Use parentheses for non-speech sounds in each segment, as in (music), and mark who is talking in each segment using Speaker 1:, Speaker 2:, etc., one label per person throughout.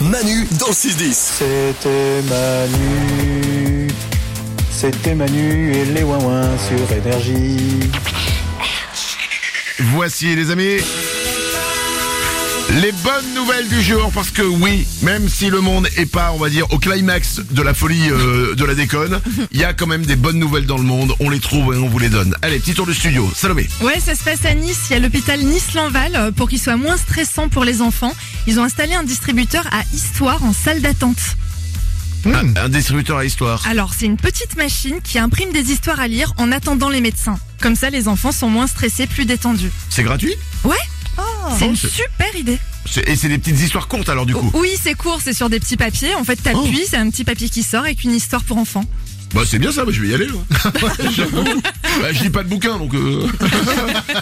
Speaker 1: Manu dans le 6-10.
Speaker 2: C'était Manu. C'était Manu et les Wouin sur Énergie.
Speaker 3: Voici les amis les bonnes nouvelles du jour parce que oui, même si le monde est pas, on va dire, au climax de la folie euh, de la déconne, il y a quand même des bonnes nouvelles dans le monde. On les trouve et on vous les donne. Allez, petit tour du studio. Salomé.
Speaker 4: Ouais, ça se passe à Nice. Il y a l'hôpital Nice-Lanval euh, pour qu'il soit moins stressant pour les enfants. Ils ont installé un distributeur à histoire en salle d'attente.
Speaker 3: Ah, Un, un distributeur à histoire.
Speaker 4: Alors, c'est une petite machine qui imprime des histoires à lire en attendant les médecins. Comme ça, les enfants sont moins stressés, plus détendus.
Speaker 5: Ah.
Speaker 3: C'est gratuit
Speaker 4: Ouais, c'est
Speaker 5: Oh.
Speaker 3: bon,
Speaker 4: une
Speaker 3: c'est-
Speaker 4: super idée.
Speaker 3: C'est- Et c'est des petites histoires courtes alors du
Speaker 5: Oh.
Speaker 3: coup.
Speaker 4: Oui, c'est court, c'est sur des petits papiers. En fait, t'appuies, c'est un petit papier qui sort avec une histoire pour enfants.
Speaker 3: Bah c'est bien ça, bah, je vais y aller. Là. J'avoue. (laughs) Bah, je lis pas de bouquin donc euh,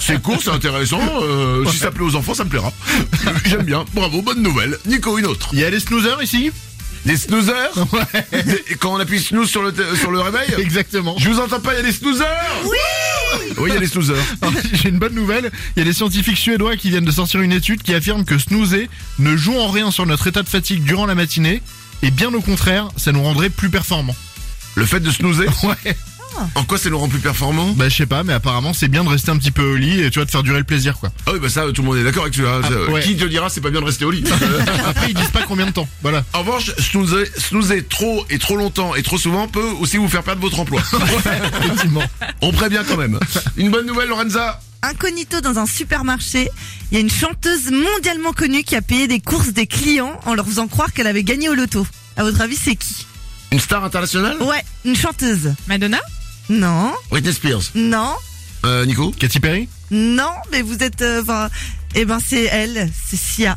Speaker 3: c'est court, c'est intéressant. euh, Si ça plaît aux enfants, ça me plaira. J'aime bien. Bravo, bonne nouvelle. Nico, une autre.
Speaker 6: Il y a les snoozers ici
Speaker 3: Des snoozers
Speaker 6: (laughs)
Speaker 3: Des- Quand on appuie snooze sur le, t- sur le réveil
Speaker 6: Exactement.
Speaker 3: Je vous entends pas, il y a des snoozers Oui Oui, il y a des snoozers.
Speaker 6: Alors, (laughs) J'ai une bonne nouvelle. Il y a des scientifiques suédois qui viennent de sortir une étude qui affirme que snoozer ne joue en rien sur notre état de fatigue durant la matinée. Et bien au contraire, ça nous rendrait plus performants.
Speaker 3: Le fait de
Speaker 6: (laughs)
Speaker 3: snoozer,
Speaker 6: Ouais.
Speaker 3: en quoi ça nous rend plus performants
Speaker 6: Bah je sais pas, mais apparemment c'est bien de rester un petit peu au lit et tu vois de faire durer le plaisir (laughs) quoi.
Speaker 3: Ah oui, bah ça, tout le monde est d'accord avec ça.
Speaker 6: Ah,
Speaker 3: Ça,
Speaker 6: ouais.
Speaker 3: Qui te dira c'est pas bien de rester au
Speaker 6: (laughs)
Speaker 3: lit Euh,
Speaker 6: Après ils disent pas combien de temps. Voilà.
Speaker 3: En revanche, snoozer, snoozer trop et trop longtemps et trop souvent peut aussi vous faire perdre votre
Speaker 6: (laughs)
Speaker 3: emploi.
Speaker 6: Effectivement.
Speaker 3: On prévient quand
Speaker 6: (laughs)
Speaker 3: même. Une bonne nouvelle, Lorenza
Speaker 5: incognito dans un supermarché. Il y a une chanteuse mondialement connue qui a payé des courses des clients en leur faisant croire qu'elle avait gagné au loto. À votre avis, c'est qui
Speaker 3: Une star internationale
Speaker 5: Ouais, une chanteuse.
Speaker 4: Madonna
Speaker 5: Non,
Speaker 3: Britney Spears.
Speaker 5: non,
Speaker 3: Euh, Nico
Speaker 6: Katy Perry
Speaker 5: non, mais vous êtes. euh, Enfin, eh ben, c'est elle, c'est Sia.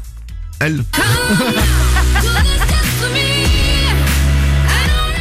Speaker 3: Elle.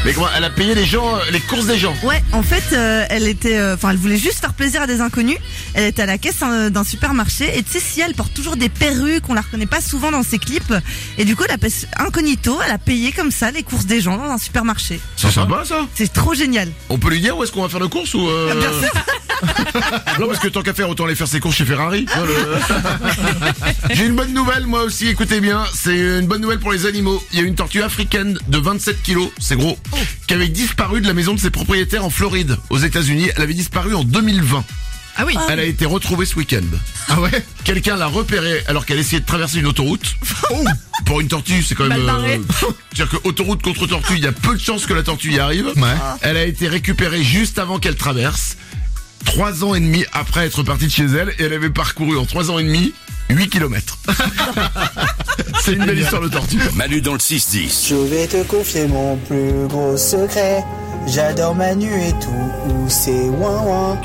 Speaker 3: Mais comment Elle a payé les gens, euh, les courses des gens.
Speaker 5: Ouais, en fait, euh, elle était. euh, Enfin, elle voulait juste faire plaisir à des inconnus. Elle était à la caisse euh, d'un supermarché. Et tu sais, Sia, elle porte toujours des perruques. On la reconnaît pas souvent dans ses clips. Et du coup, elle a payé incognito. Elle a payé comme ça les courses des gens dans un supermarché.
Speaker 3: C'est sympa ça
Speaker 5: C'est trop génial.
Speaker 3: On peut lui dire où est-ce qu'on va faire nos courses ou euh...
Speaker 5: Ah, Bien sûr.
Speaker 3: Non parce que tant qu'à faire autant aller faire ses courses chez Ferrari. Tu vois, le- J'ai une bonne nouvelle moi aussi, écoutez bien, c'est une bonne nouvelle pour les animaux. Il y a une tortue africaine de 27 kilos, c'est gros, qui avait disparu de la maison de ses propriétaires en Floride, aux États-Unis. Elle avait disparu en 2020.
Speaker 4: Ah oui.
Speaker 3: Elle a été retrouvée ce week-end.
Speaker 6: Ah ouais
Speaker 3: Quelqu'un l'a repérée alors qu'elle essayait de traverser
Speaker 4: (laughs)
Speaker 3: une autoroute. Oh Pour une tortue, c'est quand même.
Speaker 4: Mal barré.
Speaker 3: euh, C'est-à-dire que autoroute contre tortue, il y a peu de chances que la tortue y arrive.
Speaker 6: Ouais.
Speaker 3: Elle a été récupérée juste avant qu'elle traverse. Trois ans et demi après être partie de chez elle, et elle avait parcouru en trois ans et demi 8 kilomètres. c'est une belle histoire de tortue.
Speaker 1: Manu dans le 6-10.
Speaker 7: Je vais te confier mon plus gros secret. J'adore Manu et tout, ou c'est ouin ouin.